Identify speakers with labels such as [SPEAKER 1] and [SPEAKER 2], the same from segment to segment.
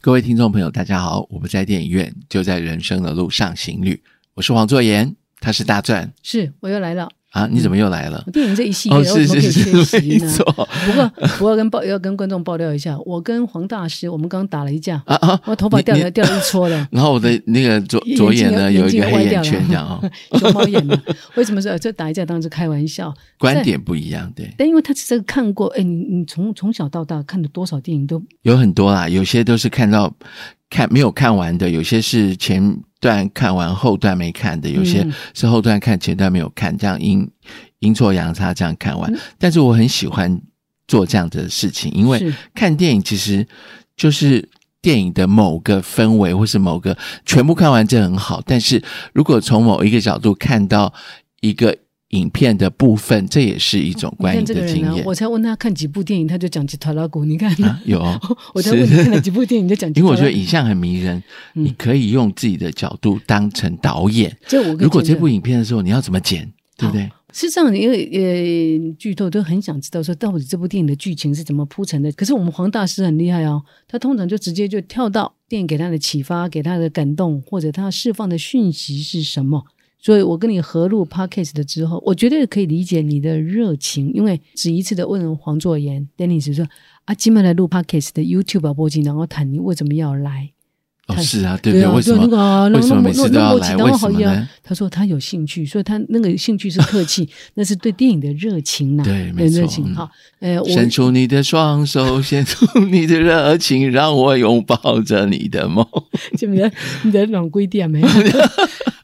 [SPEAKER 1] 各位听众朋友，大家好，我不在电影院，就在人生的路上行旅。我是黄作言，他是大钻
[SPEAKER 2] 是我又来了。
[SPEAKER 1] 啊，你怎么又来了？
[SPEAKER 2] 电影这一系
[SPEAKER 1] 哦，
[SPEAKER 2] 列我怎
[SPEAKER 1] 是
[SPEAKER 2] 么可以
[SPEAKER 1] 是
[SPEAKER 2] 缺
[SPEAKER 1] 是，
[SPEAKER 2] 席
[SPEAKER 1] 没
[SPEAKER 2] 呢？
[SPEAKER 1] 错
[SPEAKER 2] 不过，我要跟报要跟观众爆料一下，我跟黄大师，我们刚打了一架，
[SPEAKER 1] 啊啊！
[SPEAKER 2] 我头发
[SPEAKER 1] 你
[SPEAKER 2] 掉
[SPEAKER 1] 你，
[SPEAKER 2] 了掉了一撮的
[SPEAKER 1] 然后我的那个左
[SPEAKER 2] 眼睛
[SPEAKER 1] 左眼呢
[SPEAKER 2] 眼
[SPEAKER 1] 有一
[SPEAKER 2] 睛
[SPEAKER 1] 个黑
[SPEAKER 2] 歪
[SPEAKER 1] 眼
[SPEAKER 2] 掉了
[SPEAKER 1] 圈，这样 哦，
[SPEAKER 2] 熊猫眼的。为什么说这打一架当时开玩笑？
[SPEAKER 1] 观
[SPEAKER 2] 在
[SPEAKER 1] 点不一样，对，
[SPEAKER 2] 但因为他只是看过，哎，你你从从小到大看了多少电影都
[SPEAKER 1] 有很多啦，有些都是看到看没有看完的，有些是前段看完后段没看的，有些
[SPEAKER 2] 嗯
[SPEAKER 1] 是后段看前段没有看，这样阴阴错阳差这样看
[SPEAKER 2] 嗯
[SPEAKER 1] 完。但是我很喜欢做这样的事情，因为
[SPEAKER 2] 是
[SPEAKER 1] 看电影其实就是。电影的某个氛围，或是某个全部看完，这很好。但是如果从某一个角度看到一个影片的部分，这也是一种
[SPEAKER 2] 你
[SPEAKER 1] 观影
[SPEAKER 2] 看这个
[SPEAKER 1] 的
[SPEAKER 2] 人
[SPEAKER 1] 经
[SPEAKER 2] 啊
[SPEAKER 1] 验，
[SPEAKER 2] 我才问他看几部电影，他就讲起塔拉古，你看，
[SPEAKER 1] 啊。有哦，
[SPEAKER 2] 我才问你看了几部电影，你就讲吉
[SPEAKER 1] 因为我觉
[SPEAKER 2] 塔拉
[SPEAKER 1] 得
[SPEAKER 2] 古
[SPEAKER 1] 影像很迷人，
[SPEAKER 2] 嗯
[SPEAKER 1] 你可以用自己的角度当成导演。
[SPEAKER 2] 这我跟
[SPEAKER 1] 如果这
[SPEAKER 2] 建正
[SPEAKER 1] 部影片的时候，你要怎么剪，对不对？
[SPEAKER 2] 是这样的，因为呃，剧透都很想知道说到底这部电影的剧情是怎么铺陈的。可是我们黄大师很厉害哦，他通常就直接就跳到电影给他的启发、给他的感动，或者他释放的讯息是什么。所以我跟你合录 podcast 的之后，我绝对可以理解你的热情，因为只一次的问黄作言 Dennis 说啊，今晚来录 podcast 的 YouTube 啊播进，然后谈你为什么要来。
[SPEAKER 1] 哦，
[SPEAKER 2] 太
[SPEAKER 1] 是啊，对不对？
[SPEAKER 2] 啊，
[SPEAKER 1] 为什
[SPEAKER 2] 那个
[SPEAKER 1] 么？
[SPEAKER 2] 啊、
[SPEAKER 1] 为什么每次都要来
[SPEAKER 2] 然
[SPEAKER 1] 为什
[SPEAKER 2] 后好
[SPEAKER 1] 么呢
[SPEAKER 2] 呀，啊他说他有兴趣，所以他那个兴趣是 客气，那是对电影的热情呐、
[SPEAKER 1] 对没
[SPEAKER 2] 对
[SPEAKER 1] 错
[SPEAKER 2] 热
[SPEAKER 1] 嗯
[SPEAKER 2] 情哈。呃，我
[SPEAKER 1] 伸出你的双手， 献出你的热情，让我拥抱着你的梦。
[SPEAKER 2] 这边你的软规定啊 没有？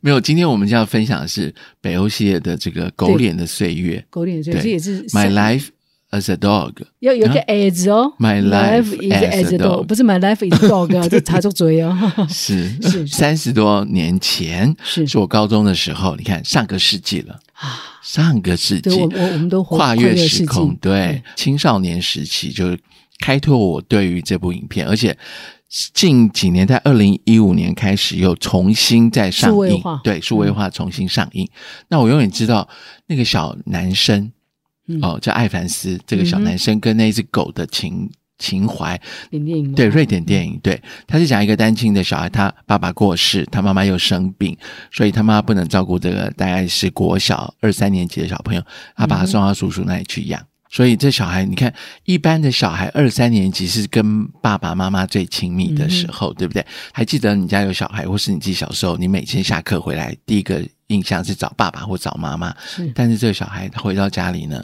[SPEAKER 1] 没有，今天我们要分享的是北欧系列的这个《狗
[SPEAKER 2] 对
[SPEAKER 1] 脸的岁月
[SPEAKER 2] 狗脸所以
[SPEAKER 1] 对啊
[SPEAKER 2] 这也是》
[SPEAKER 1] （My Life as a Dog）。
[SPEAKER 2] 要有一个 as 哦
[SPEAKER 1] My life
[SPEAKER 2] is as
[SPEAKER 1] as a
[SPEAKER 2] a
[SPEAKER 1] dog
[SPEAKER 2] 哦 dog，不是 my life is dog，啊，这查错嘴哦。
[SPEAKER 1] 是
[SPEAKER 2] 是
[SPEAKER 1] 三十多年前，
[SPEAKER 2] 是
[SPEAKER 1] 是我高中的时候。你看，上个世纪了，
[SPEAKER 2] 啊，
[SPEAKER 1] 上个世纪，
[SPEAKER 2] 对我我我们都活
[SPEAKER 1] 跨越时
[SPEAKER 2] 世
[SPEAKER 1] 空，
[SPEAKER 2] 纪，
[SPEAKER 1] 对青少年时期就开拓我对于这部影片，而且近几年在二零一五年开始又重新再上
[SPEAKER 2] 数位
[SPEAKER 1] 映
[SPEAKER 2] 化，嗯
[SPEAKER 1] 对数位化重新上映。那我永远知道那个小男生
[SPEAKER 2] 嗯
[SPEAKER 1] 哦，叫艾凡斯，这个小
[SPEAKER 2] 嗯哼
[SPEAKER 1] 男生跟那只狗的情情怀，
[SPEAKER 2] 演电影嘛
[SPEAKER 1] 对，瑞典电影，对，他是讲一个单亲的小孩，他爸爸过世，他妈妈又生病，所以他妈妈不能照顾这个大概是国小二三年级的小朋友，他把他送到叔叔那里去养。所以这小孩，你看，一般的小孩二三年级是跟爸爸妈妈最亲密的时
[SPEAKER 2] 嗯
[SPEAKER 1] 候，对不对？还记得你家有小孩，或是你自己小时候，你每天下课回来，第一个印象是找爸爸或找妈妈，
[SPEAKER 2] 是
[SPEAKER 1] 但是这个小孩他回到家里呢，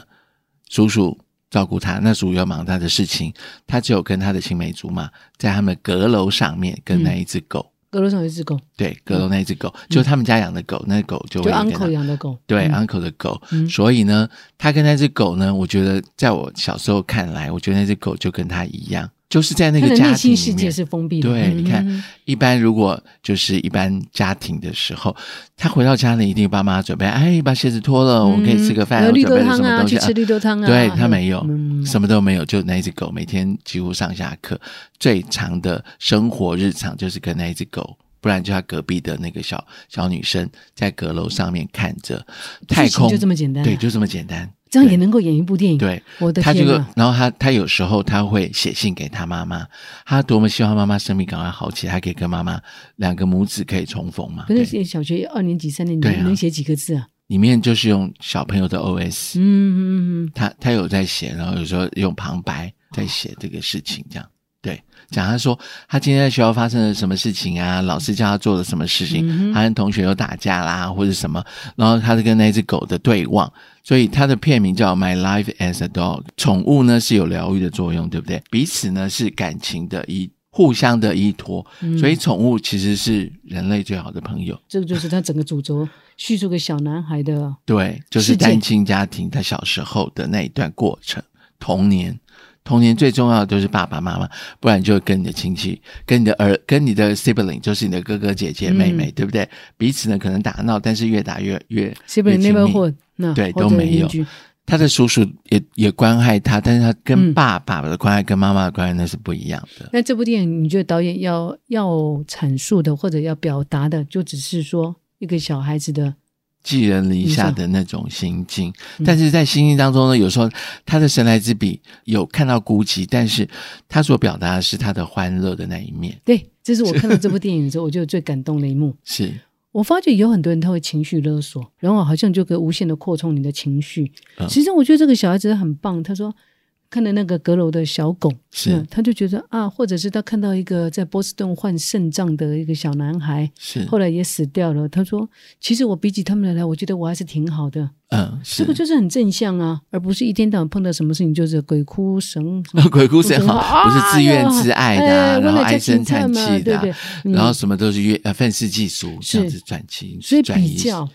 [SPEAKER 1] 叔叔照顾他，那叔叔要忙他的事情，他只有跟他的青梅竹马在他们阁楼上面跟那一只狗，
[SPEAKER 2] 阁楼上有一只狗，
[SPEAKER 1] 对，阁楼那一只狗、就是他们家养的狗，那狗就
[SPEAKER 2] 嗯就
[SPEAKER 1] 会跟他
[SPEAKER 2] uncle 养的狗，
[SPEAKER 1] 对、
[SPEAKER 2] 嗯
[SPEAKER 1] uncle 的狗，
[SPEAKER 2] 嗯
[SPEAKER 1] 所以呢，他跟那只狗呢，我觉得在我小时候看来，我觉得那只狗就跟他一样，就是在那
[SPEAKER 2] 他
[SPEAKER 1] 个
[SPEAKER 2] 的
[SPEAKER 1] 家
[SPEAKER 2] 内
[SPEAKER 1] 庭
[SPEAKER 2] 心
[SPEAKER 1] 里
[SPEAKER 2] 世界
[SPEAKER 1] 面。
[SPEAKER 2] 是封闭的。
[SPEAKER 1] 对，你看
[SPEAKER 2] 嗯，
[SPEAKER 1] 一般如果就是一般家庭的时候，他回到家里一定爸妈准备，哎，把鞋子脱了，我们可以吃个饭，
[SPEAKER 2] 嗯
[SPEAKER 1] 我
[SPEAKER 2] 绿
[SPEAKER 1] 准
[SPEAKER 2] 豆
[SPEAKER 1] 备了
[SPEAKER 2] 汤
[SPEAKER 1] 什么
[SPEAKER 2] 啊，
[SPEAKER 1] 东西
[SPEAKER 2] 去吃绿豆汤啊。
[SPEAKER 1] 对他没有，
[SPEAKER 2] 嗯
[SPEAKER 1] 什么都没有，就那一只狗，每天几乎上下课，最长的生活日常就是跟那一只狗，不然就他隔壁的那个小小女生在阁楼上面看着太
[SPEAKER 2] 剧情
[SPEAKER 1] 空，
[SPEAKER 2] 就这么简单啊
[SPEAKER 1] 对，就这么简单。
[SPEAKER 2] 这样也能够演一部电影。
[SPEAKER 1] 对，
[SPEAKER 2] 我的
[SPEAKER 1] 他这
[SPEAKER 2] 天啊
[SPEAKER 1] 个啊
[SPEAKER 2] 呐，，
[SPEAKER 1] 然后他他有时候他会写信给他妈妈，他多么希望他妈妈生命赶快好起来，他可以跟妈妈两个母子可以重逢嘛。
[SPEAKER 2] 可
[SPEAKER 1] 对
[SPEAKER 2] 是小学二年级、三年级
[SPEAKER 1] 对啊
[SPEAKER 2] 能写几个字啊？
[SPEAKER 1] 里面就是用小朋友的 OS，、
[SPEAKER 2] 嗯嗯嗯嗯，
[SPEAKER 1] 他他有在写，然后有时候用旁白在写这个事情，这样对。讲他说他今天在学校发生了什么事情啊，老师叫他做了什么事情，
[SPEAKER 2] 嗯哼
[SPEAKER 1] 他跟同学又打架啦，或者什么，然后他就跟那只狗的对望，所以他的片名叫《My Life as a Dog》。宠物呢是有疗愈的作用，对不对？彼此呢是感情的依，互相的依托，
[SPEAKER 2] 嗯
[SPEAKER 1] 所以宠物其实是人类最好的朋友。
[SPEAKER 2] 这个就是他整个主轴叙述个小男孩的。
[SPEAKER 1] 对，就是
[SPEAKER 2] 世界
[SPEAKER 1] 单亲家庭他小时候的那一段过程，童年，童年最重要的就是爸爸妈妈，不然就跟你的亲戚、跟你的儿、跟你的 sibling，就是你的哥哥姐姐、
[SPEAKER 2] 嗯
[SPEAKER 1] 妹妹，对不对？彼此呢可能打闹，但是越打越越越
[SPEAKER 2] Sibling
[SPEAKER 1] 亲密
[SPEAKER 2] neighborhood，那
[SPEAKER 1] 对
[SPEAKER 2] 或
[SPEAKER 1] 都
[SPEAKER 2] 者
[SPEAKER 1] 没有
[SPEAKER 2] 邻居
[SPEAKER 1] 他的叔叔也也关爱他，但是他跟
[SPEAKER 2] 嗯
[SPEAKER 1] 爸爸的关爱跟妈妈的关爱那是不一样的。
[SPEAKER 2] 那这部电影，你觉得导演要要阐述的或者要表达的，就只是说一个小孩子的
[SPEAKER 1] 寄人篱下的那种心境。
[SPEAKER 2] 嗯
[SPEAKER 1] 但是在心境当中呢，有时候他的神来之笔有看到孤寂，但是他所表达的是他的欢乐的那一面。
[SPEAKER 2] 对，这是我看到这部电影之后，我觉得最感动 的一幕。
[SPEAKER 1] 是，
[SPEAKER 2] 我发觉有很多人他会情绪勒索，然后好像就可以无限的扩充你的情绪。
[SPEAKER 1] 嗯
[SPEAKER 2] 实际上，我觉得这个小孩子很棒。他说看了那个阁楼的小狗，
[SPEAKER 1] 是
[SPEAKER 2] 嗯他就觉得啊，或者是他看到一个在波士顿患肾脏的一个小男孩，
[SPEAKER 1] 是，
[SPEAKER 2] 后来也死掉了。他说，其实我比起他们来，我觉得我还是挺好的。
[SPEAKER 1] 嗯，
[SPEAKER 2] 这
[SPEAKER 1] 是
[SPEAKER 2] 个。就是很正向啊，而不是一天到晚碰到什么事情就是鬼哭神。
[SPEAKER 1] 鬼哭神
[SPEAKER 2] 啊
[SPEAKER 1] 嚎不是自怨自艾的啊，
[SPEAKER 2] 哎
[SPEAKER 1] 然后
[SPEAKER 2] 为了家
[SPEAKER 1] 唉声
[SPEAKER 2] 庭菜
[SPEAKER 1] 叹
[SPEAKER 2] 嘛
[SPEAKER 1] 气的啊，
[SPEAKER 2] 对对嗯
[SPEAKER 1] 然后什么都是怨呃愤世嫉俗这样
[SPEAKER 2] 是
[SPEAKER 1] 子转情，
[SPEAKER 2] 嗯所以
[SPEAKER 1] 转移
[SPEAKER 2] 比较，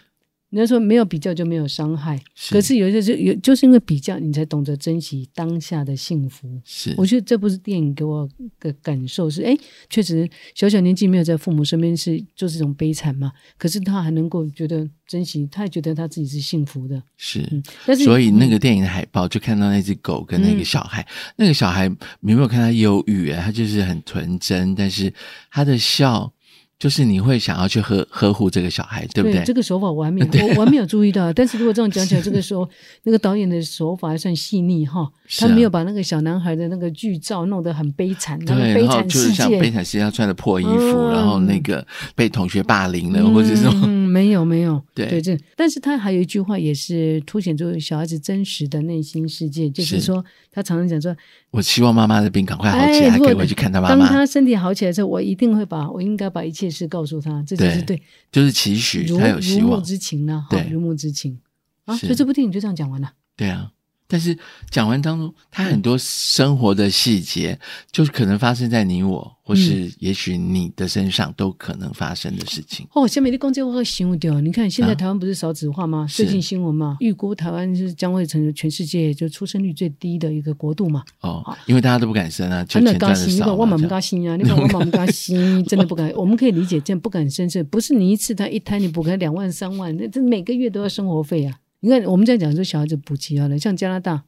[SPEAKER 2] 人家说没有比较就没有伤害。
[SPEAKER 1] 是
[SPEAKER 2] 可是有些就有，就是因为比较，你才懂得珍惜当下的幸福。
[SPEAKER 1] 是
[SPEAKER 2] 我觉得这部电影给我的感受是，哎，确实小小年纪没有在父母身边是就是一种悲惨嘛。可是他还能够觉得珍惜，他也觉得他自己是幸福的。
[SPEAKER 1] 是
[SPEAKER 2] 嗯，，但是嗯
[SPEAKER 1] 所以那个电影的海报就看到那只狗跟那个小孩，那个小孩你有没有看他忧郁啊？他就是很纯真，但是他的笑就是你会想要去呵呵护这个小孩，对不对？
[SPEAKER 2] 这个手法我还没有，我我还没有注意到。但是如果这样讲 起来，这个时候那个导演的手法还算细腻哈，
[SPEAKER 1] 是啊
[SPEAKER 2] 他没有把那个小男孩的那个剧照弄得很悲惨，那个
[SPEAKER 1] 对，
[SPEAKER 2] 悲
[SPEAKER 1] 然后
[SPEAKER 2] 惨
[SPEAKER 1] 就
[SPEAKER 2] 世
[SPEAKER 1] 是像
[SPEAKER 2] 界。
[SPEAKER 1] 悲惨世界，他穿的破衣服，
[SPEAKER 2] 嗯
[SPEAKER 1] 然后那个被同学霸凌了，或者是 说
[SPEAKER 2] 嗯，没有没有，
[SPEAKER 1] 对
[SPEAKER 2] 这，但是他还有一句话也是凸显出小孩子真实的内心世界，就是
[SPEAKER 1] 是
[SPEAKER 2] 说他常常讲说，
[SPEAKER 1] 我希望妈妈的病赶快好起
[SPEAKER 2] 哎，
[SPEAKER 1] 来，可
[SPEAKER 2] 如果
[SPEAKER 1] 以回去看他妈
[SPEAKER 2] 当
[SPEAKER 1] 妈
[SPEAKER 2] 他，身体好起来之后，我一定会把我应该把一切事告诉他，这就是
[SPEAKER 1] 对
[SPEAKER 2] 对
[SPEAKER 1] 就是期许
[SPEAKER 2] 如
[SPEAKER 1] 他有希
[SPEAKER 2] 如沐
[SPEAKER 1] 望，
[SPEAKER 2] 之情呢，哈
[SPEAKER 1] 对，
[SPEAKER 2] 如沐之情啊，
[SPEAKER 1] 是
[SPEAKER 2] 所以这部电影就这样讲完了。
[SPEAKER 1] 对啊。但是讲完当中，他很多生活的细节，就是可能发生在你我，
[SPEAKER 2] 嗯
[SPEAKER 1] 或是也许你的身上都可能发生的事情。
[SPEAKER 2] 哦，下面的攻击我会形容掉。你看现
[SPEAKER 1] 啊
[SPEAKER 2] 在台湾不是少子化吗？
[SPEAKER 1] 是
[SPEAKER 2] 最近新闻嘛，预估台湾是将会成为全世界就出生率最低的一个国度嘛。
[SPEAKER 1] 哦，因为大家都不敢生啊，就
[SPEAKER 2] 啊那
[SPEAKER 1] 钱赚的
[SPEAKER 2] 高兴你
[SPEAKER 1] 少
[SPEAKER 2] 讲我
[SPEAKER 1] 嘛。这
[SPEAKER 2] 们不
[SPEAKER 1] 样
[SPEAKER 2] 高兴啊，你讲我们不高 兴，真的不敢。我们可以理解，这样不敢生事，不是你一次他一胎你补个两万三万，那这每个月都要生活费啊。你看我们这样讲说小孩子补齐好了，像加拿大，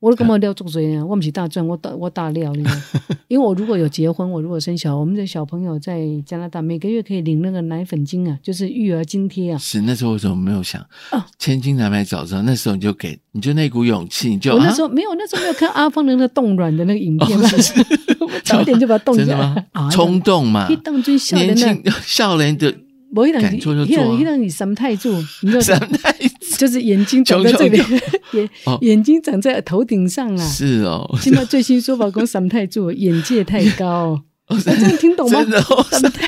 [SPEAKER 2] 我都干嘛
[SPEAKER 1] 嗯
[SPEAKER 2] 料做谁啊？我不是大赚，我大我大料呢。因为我如果有结婚，我如果生小孩，我们的小朋友在加拿大每个月可以领那个奶粉金啊，就是育儿津贴啊。
[SPEAKER 1] 是那时候为什么没有想
[SPEAKER 2] 啊
[SPEAKER 1] 千金难买早知道？那时候你就给，你就那股勇气，你就
[SPEAKER 2] 我
[SPEAKER 1] 啊
[SPEAKER 2] 那时候没有，那时候没有看阿芳的那个冻卵的那个影片，
[SPEAKER 1] 哦是是
[SPEAKER 2] 我早一点就把它冻
[SPEAKER 1] 真
[SPEAKER 2] 起
[SPEAKER 1] 的
[SPEAKER 2] 来
[SPEAKER 1] 吗？。冲动嘛
[SPEAKER 2] 哦一，当真笑的
[SPEAKER 1] 年
[SPEAKER 2] 那
[SPEAKER 1] 轻 少年 的
[SPEAKER 2] 无迄人
[SPEAKER 1] 敢做就做啊啊
[SPEAKER 2] 迄人是三 太柱，你知
[SPEAKER 1] 什
[SPEAKER 2] 道
[SPEAKER 1] 么太
[SPEAKER 2] 就是眼睛长在这 里，
[SPEAKER 1] 穷
[SPEAKER 2] 眼
[SPEAKER 1] 哦
[SPEAKER 2] 眼睛长在头顶上啦。
[SPEAKER 1] 是哦，
[SPEAKER 2] 现在最新说法讲三太柱眼界太 高，啊
[SPEAKER 1] 哦
[SPEAKER 2] 这样听懂吗
[SPEAKER 1] 真的哦，
[SPEAKER 2] 三太。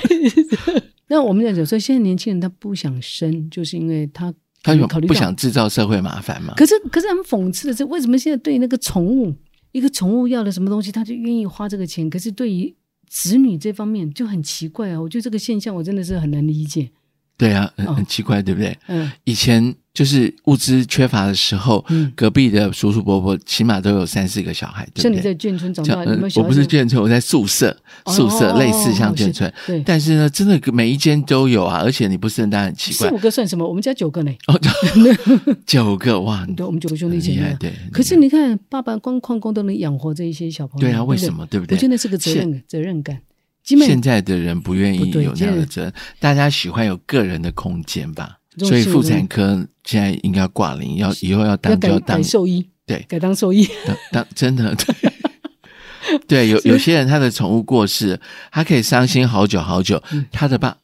[SPEAKER 2] 那我们讲讲说，现在年轻人他不想生，就是因为他
[SPEAKER 1] 他有
[SPEAKER 2] 考虑
[SPEAKER 1] 不
[SPEAKER 2] 到
[SPEAKER 1] 想制造社会麻烦嘛？
[SPEAKER 2] 可是可是很讽刺的是，为什么现在对那个宠物，一个宠物要了什么东西，他就愿意花这个钱？可是对于子女这方面就很奇怪啊！我觉得这个现象我真的是很难理解。
[SPEAKER 1] 对啊，很
[SPEAKER 2] 哦
[SPEAKER 1] 很奇怪，对不对？
[SPEAKER 2] 嗯，
[SPEAKER 1] 以前就是物资缺乏的时候
[SPEAKER 2] 嗯，
[SPEAKER 1] 隔壁的叔叔伯伯起码都有三四个小孩，对
[SPEAKER 2] 像
[SPEAKER 1] 不
[SPEAKER 2] 你
[SPEAKER 1] 对？
[SPEAKER 2] 在眷村长
[SPEAKER 1] 像
[SPEAKER 2] 大，有没有
[SPEAKER 1] 呃
[SPEAKER 2] 小
[SPEAKER 1] 我
[SPEAKER 2] 孩
[SPEAKER 1] 不是
[SPEAKER 2] 子
[SPEAKER 1] 眷村，我在宿舍，
[SPEAKER 2] 哦
[SPEAKER 1] 宿舍
[SPEAKER 2] 哦
[SPEAKER 1] 类似
[SPEAKER 2] 哦
[SPEAKER 1] 像
[SPEAKER 2] 哦
[SPEAKER 1] 眷
[SPEAKER 2] 是
[SPEAKER 1] 村，
[SPEAKER 2] 对
[SPEAKER 1] 但是呢，真的每一间都有啊，而且你不生当然很奇
[SPEAKER 2] 四
[SPEAKER 1] 怪
[SPEAKER 2] 五，个算什么？我们家九个呢。
[SPEAKER 1] 哦，九个哇，
[SPEAKER 2] 对，我们九个兄弟
[SPEAKER 1] 很
[SPEAKER 2] 姐
[SPEAKER 1] 厉害，
[SPEAKER 2] 妹。啊
[SPEAKER 1] 对。
[SPEAKER 2] 可是你看，爸爸光矿工都能养活这一些小朋友。
[SPEAKER 1] 对啊，
[SPEAKER 2] 不
[SPEAKER 1] 为什？么对不
[SPEAKER 2] 我
[SPEAKER 1] 对？
[SPEAKER 2] 觉得那是个责任责任感。基本
[SPEAKER 1] 现在的人不愿意
[SPEAKER 2] 不对
[SPEAKER 1] 有那样的
[SPEAKER 2] 现在
[SPEAKER 1] 责任，大家喜欢有个人的空间吧。
[SPEAKER 2] 这种
[SPEAKER 1] 所以
[SPEAKER 2] 是
[SPEAKER 1] 妇产科现在应该挂零，要以后要
[SPEAKER 2] 要
[SPEAKER 1] 当就
[SPEAKER 2] 改
[SPEAKER 1] 要
[SPEAKER 2] 改
[SPEAKER 1] 当
[SPEAKER 2] 兽医，
[SPEAKER 1] 对
[SPEAKER 2] 改当兽医。
[SPEAKER 1] 当当真的对。 对，有有些人他的宠物过世，他可以伤心好久好久。
[SPEAKER 2] 嗯
[SPEAKER 1] 他的爸，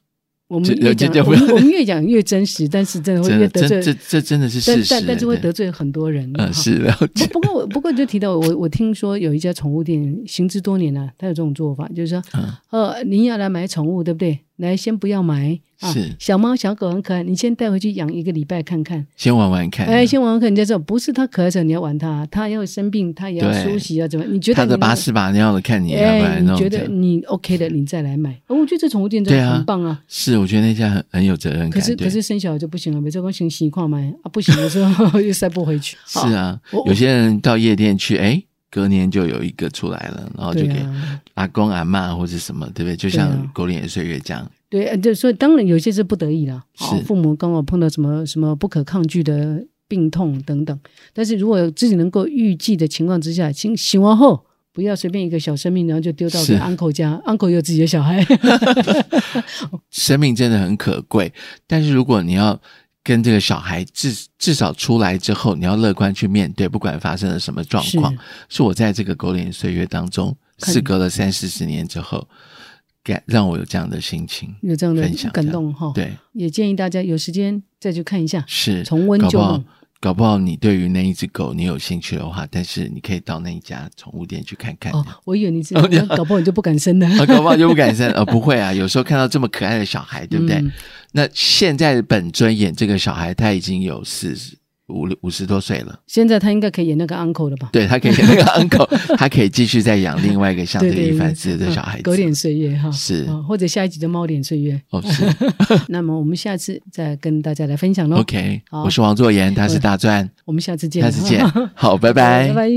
[SPEAKER 2] 我
[SPEAKER 1] 这
[SPEAKER 2] 们越
[SPEAKER 1] 这
[SPEAKER 2] 讲
[SPEAKER 1] 这，
[SPEAKER 2] 我
[SPEAKER 1] 不
[SPEAKER 2] 们
[SPEAKER 1] 要
[SPEAKER 2] 我们越讲越真实，但是真的会
[SPEAKER 1] 真
[SPEAKER 2] 越
[SPEAKER 1] 的
[SPEAKER 2] 得
[SPEAKER 1] 真这
[SPEAKER 2] 罪，
[SPEAKER 1] 这真的是
[SPEAKER 2] 但
[SPEAKER 1] 事实。
[SPEAKER 2] 但但是会得
[SPEAKER 1] 对
[SPEAKER 2] 罪很多人。哈哦
[SPEAKER 1] 嗯是了解
[SPEAKER 2] 不不过我不过就提到我我听说有一家宠物店行之多年了、它有这种做法，就是说，
[SPEAKER 1] 嗯
[SPEAKER 2] 呃，您要来买宠物，对不对？来，先不要买啊
[SPEAKER 1] 是，
[SPEAKER 2] 小猫小狗很可爱，你先带回去养一个礼拜看看。
[SPEAKER 1] 先玩玩看。
[SPEAKER 2] 哎，先玩玩看，人家知道不是它可爱的时候你要玩它，它要生病它也要
[SPEAKER 1] 对
[SPEAKER 2] 休息啊，怎么样？你觉得
[SPEAKER 1] 他的
[SPEAKER 2] 你那
[SPEAKER 1] 把
[SPEAKER 2] 个
[SPEAKER 1] 屎把尿的看你要不
[SPEAKER 2] 哎，
[SPEAKER 1] 要
[SPEAKER 2] 你
[SPEAKER 1] 弄
[SPEAKER 2] 觉
[SPEAKER 1] 这
[SPEAKER 2] 得
[SPEAKER 1] 样。
[SPEAKER 2] 你 OK 的，你再来买。哦，我觉得这宠物店真
[SPEAKER 1] 对
[SPEAKER 2] 的
[SPEAKER 1] 啊
[SPEAKER 2] 很棒啊。
[SPEAKER 1] 是，我觉得那家很很有责任
[SPEAKER 2] 可
[SPEAKER 1] 感。
[SPEAKER 2] 是
[SPEAKER 1] 对
[SPEAKER 2] 可是生小孩就不行了，每次光行习惯嘛，啊不行的时候 又塞不回去。
[SPEAKER 1] 是
[SPEAKER 2] 好，
[SPEAKER 1] 啊
[SPEAKER 2] 我，
[SPEAKER 1] 有些人到夜店去，哎，隔年就有一个出来了，然后就
[SPEAKER 2] 对
[SPEAKER 1] 给
[SPEAKER 2] 啊，
[SPEAKER 1] 阿公阿妈或者什么，对不对？就
[SPEAKER 2] 对
[SPEAKER 1] 像
[SPEAKER 2] 啊
[SPEAKER 1] 《狗脸的岁月》这样，
[SPEAKER 2] 对，呃就所以当然有些是不得已啦，哦
[SPEAKER 1] 是
[SPEAKER 2] 父母刚好碰到什么什么不可抗拒的病痛等等。但是如果自己能够预计的情况之下，请醒完后。不要随便一个小生命，然后就丢到
[SPEAKER 1] 是
[SPEAKER 2] 给 uncle 家，uncle 有自己的小孩，
[SPEAKER 1] 生命真的很可贵。但是如果你要跟这个小孩至至少出来之后，你要乐观去面对，不管发生了什么状况，
[SPEAKER 2] 是
[SPEAKER 1] 是我在这个狗脸岁月当中，
[SPEAKER 2] 肯
[SPEAKER 1] 事隔了三四十年之后，感让我有这样的心情。
[SPEAKER 2] 有这样的
[SPEAKER 1] 分享
[SPEAKER 2] 感动哈。，
[SPEAKER 1] 对，
[SPEAKER 2] 也建议大家有时间再去看一下，
[SPEAKER 1] 是
[SPEAKER 2] 重温
[SPEAKER 1] 搞不
[SPEAKER 2] 旧
[SPEAKER 1] 好
[SPEAKER 2] 梦。，
[SPEAKER 1] 搞不好你对于那一只狗你有兴趣的话，但是你可以到那一家宠物店去看看。
[SPEAKER 2] 哦，我以为你是
[SPEAKER 1] 哎哦你好
[SPEAKER 2] 搞不好你就不敢生了。
[SPEAKER 1] 啊，搞不好就不敢生，呃，不会啊，有时候看到这么可爱的小孩，对不对？
[SPEAKER 2] 嗯
[SPEAKER 1] 那现在本尊演这个小孩，他已经有四十五五十多岁了，
[SPEAKER 2] 现在他应该可以演那个 uncle 了吧？
[SPEAKER 1] 对他可以演那个 uncle，他可 以继续再养另外一个像这个伊凡斯的小孩
[SPEAKER 2] 嗯
[SPEAKER 1] 子，
[SPEAKER 2] 狗脸岁月哈，
[SPEAKER 1] 是
[SPEAKER 2] 哦或者下一集的猫脸岁 月。
[SPEAKER 1] 哦，是
[SPEAKER 2] 那么我们下次再跟大家来分享喽。
[SPEAKER 1] OK，
[SPEAKER 2] 好
[SPEAKER 1] 我是王作言，他是大钻，
[SPEAKER 2] 我们下次见，
[SPEAKER 1] 下次见，好，拜
[SPEAKER 2] 拜拜。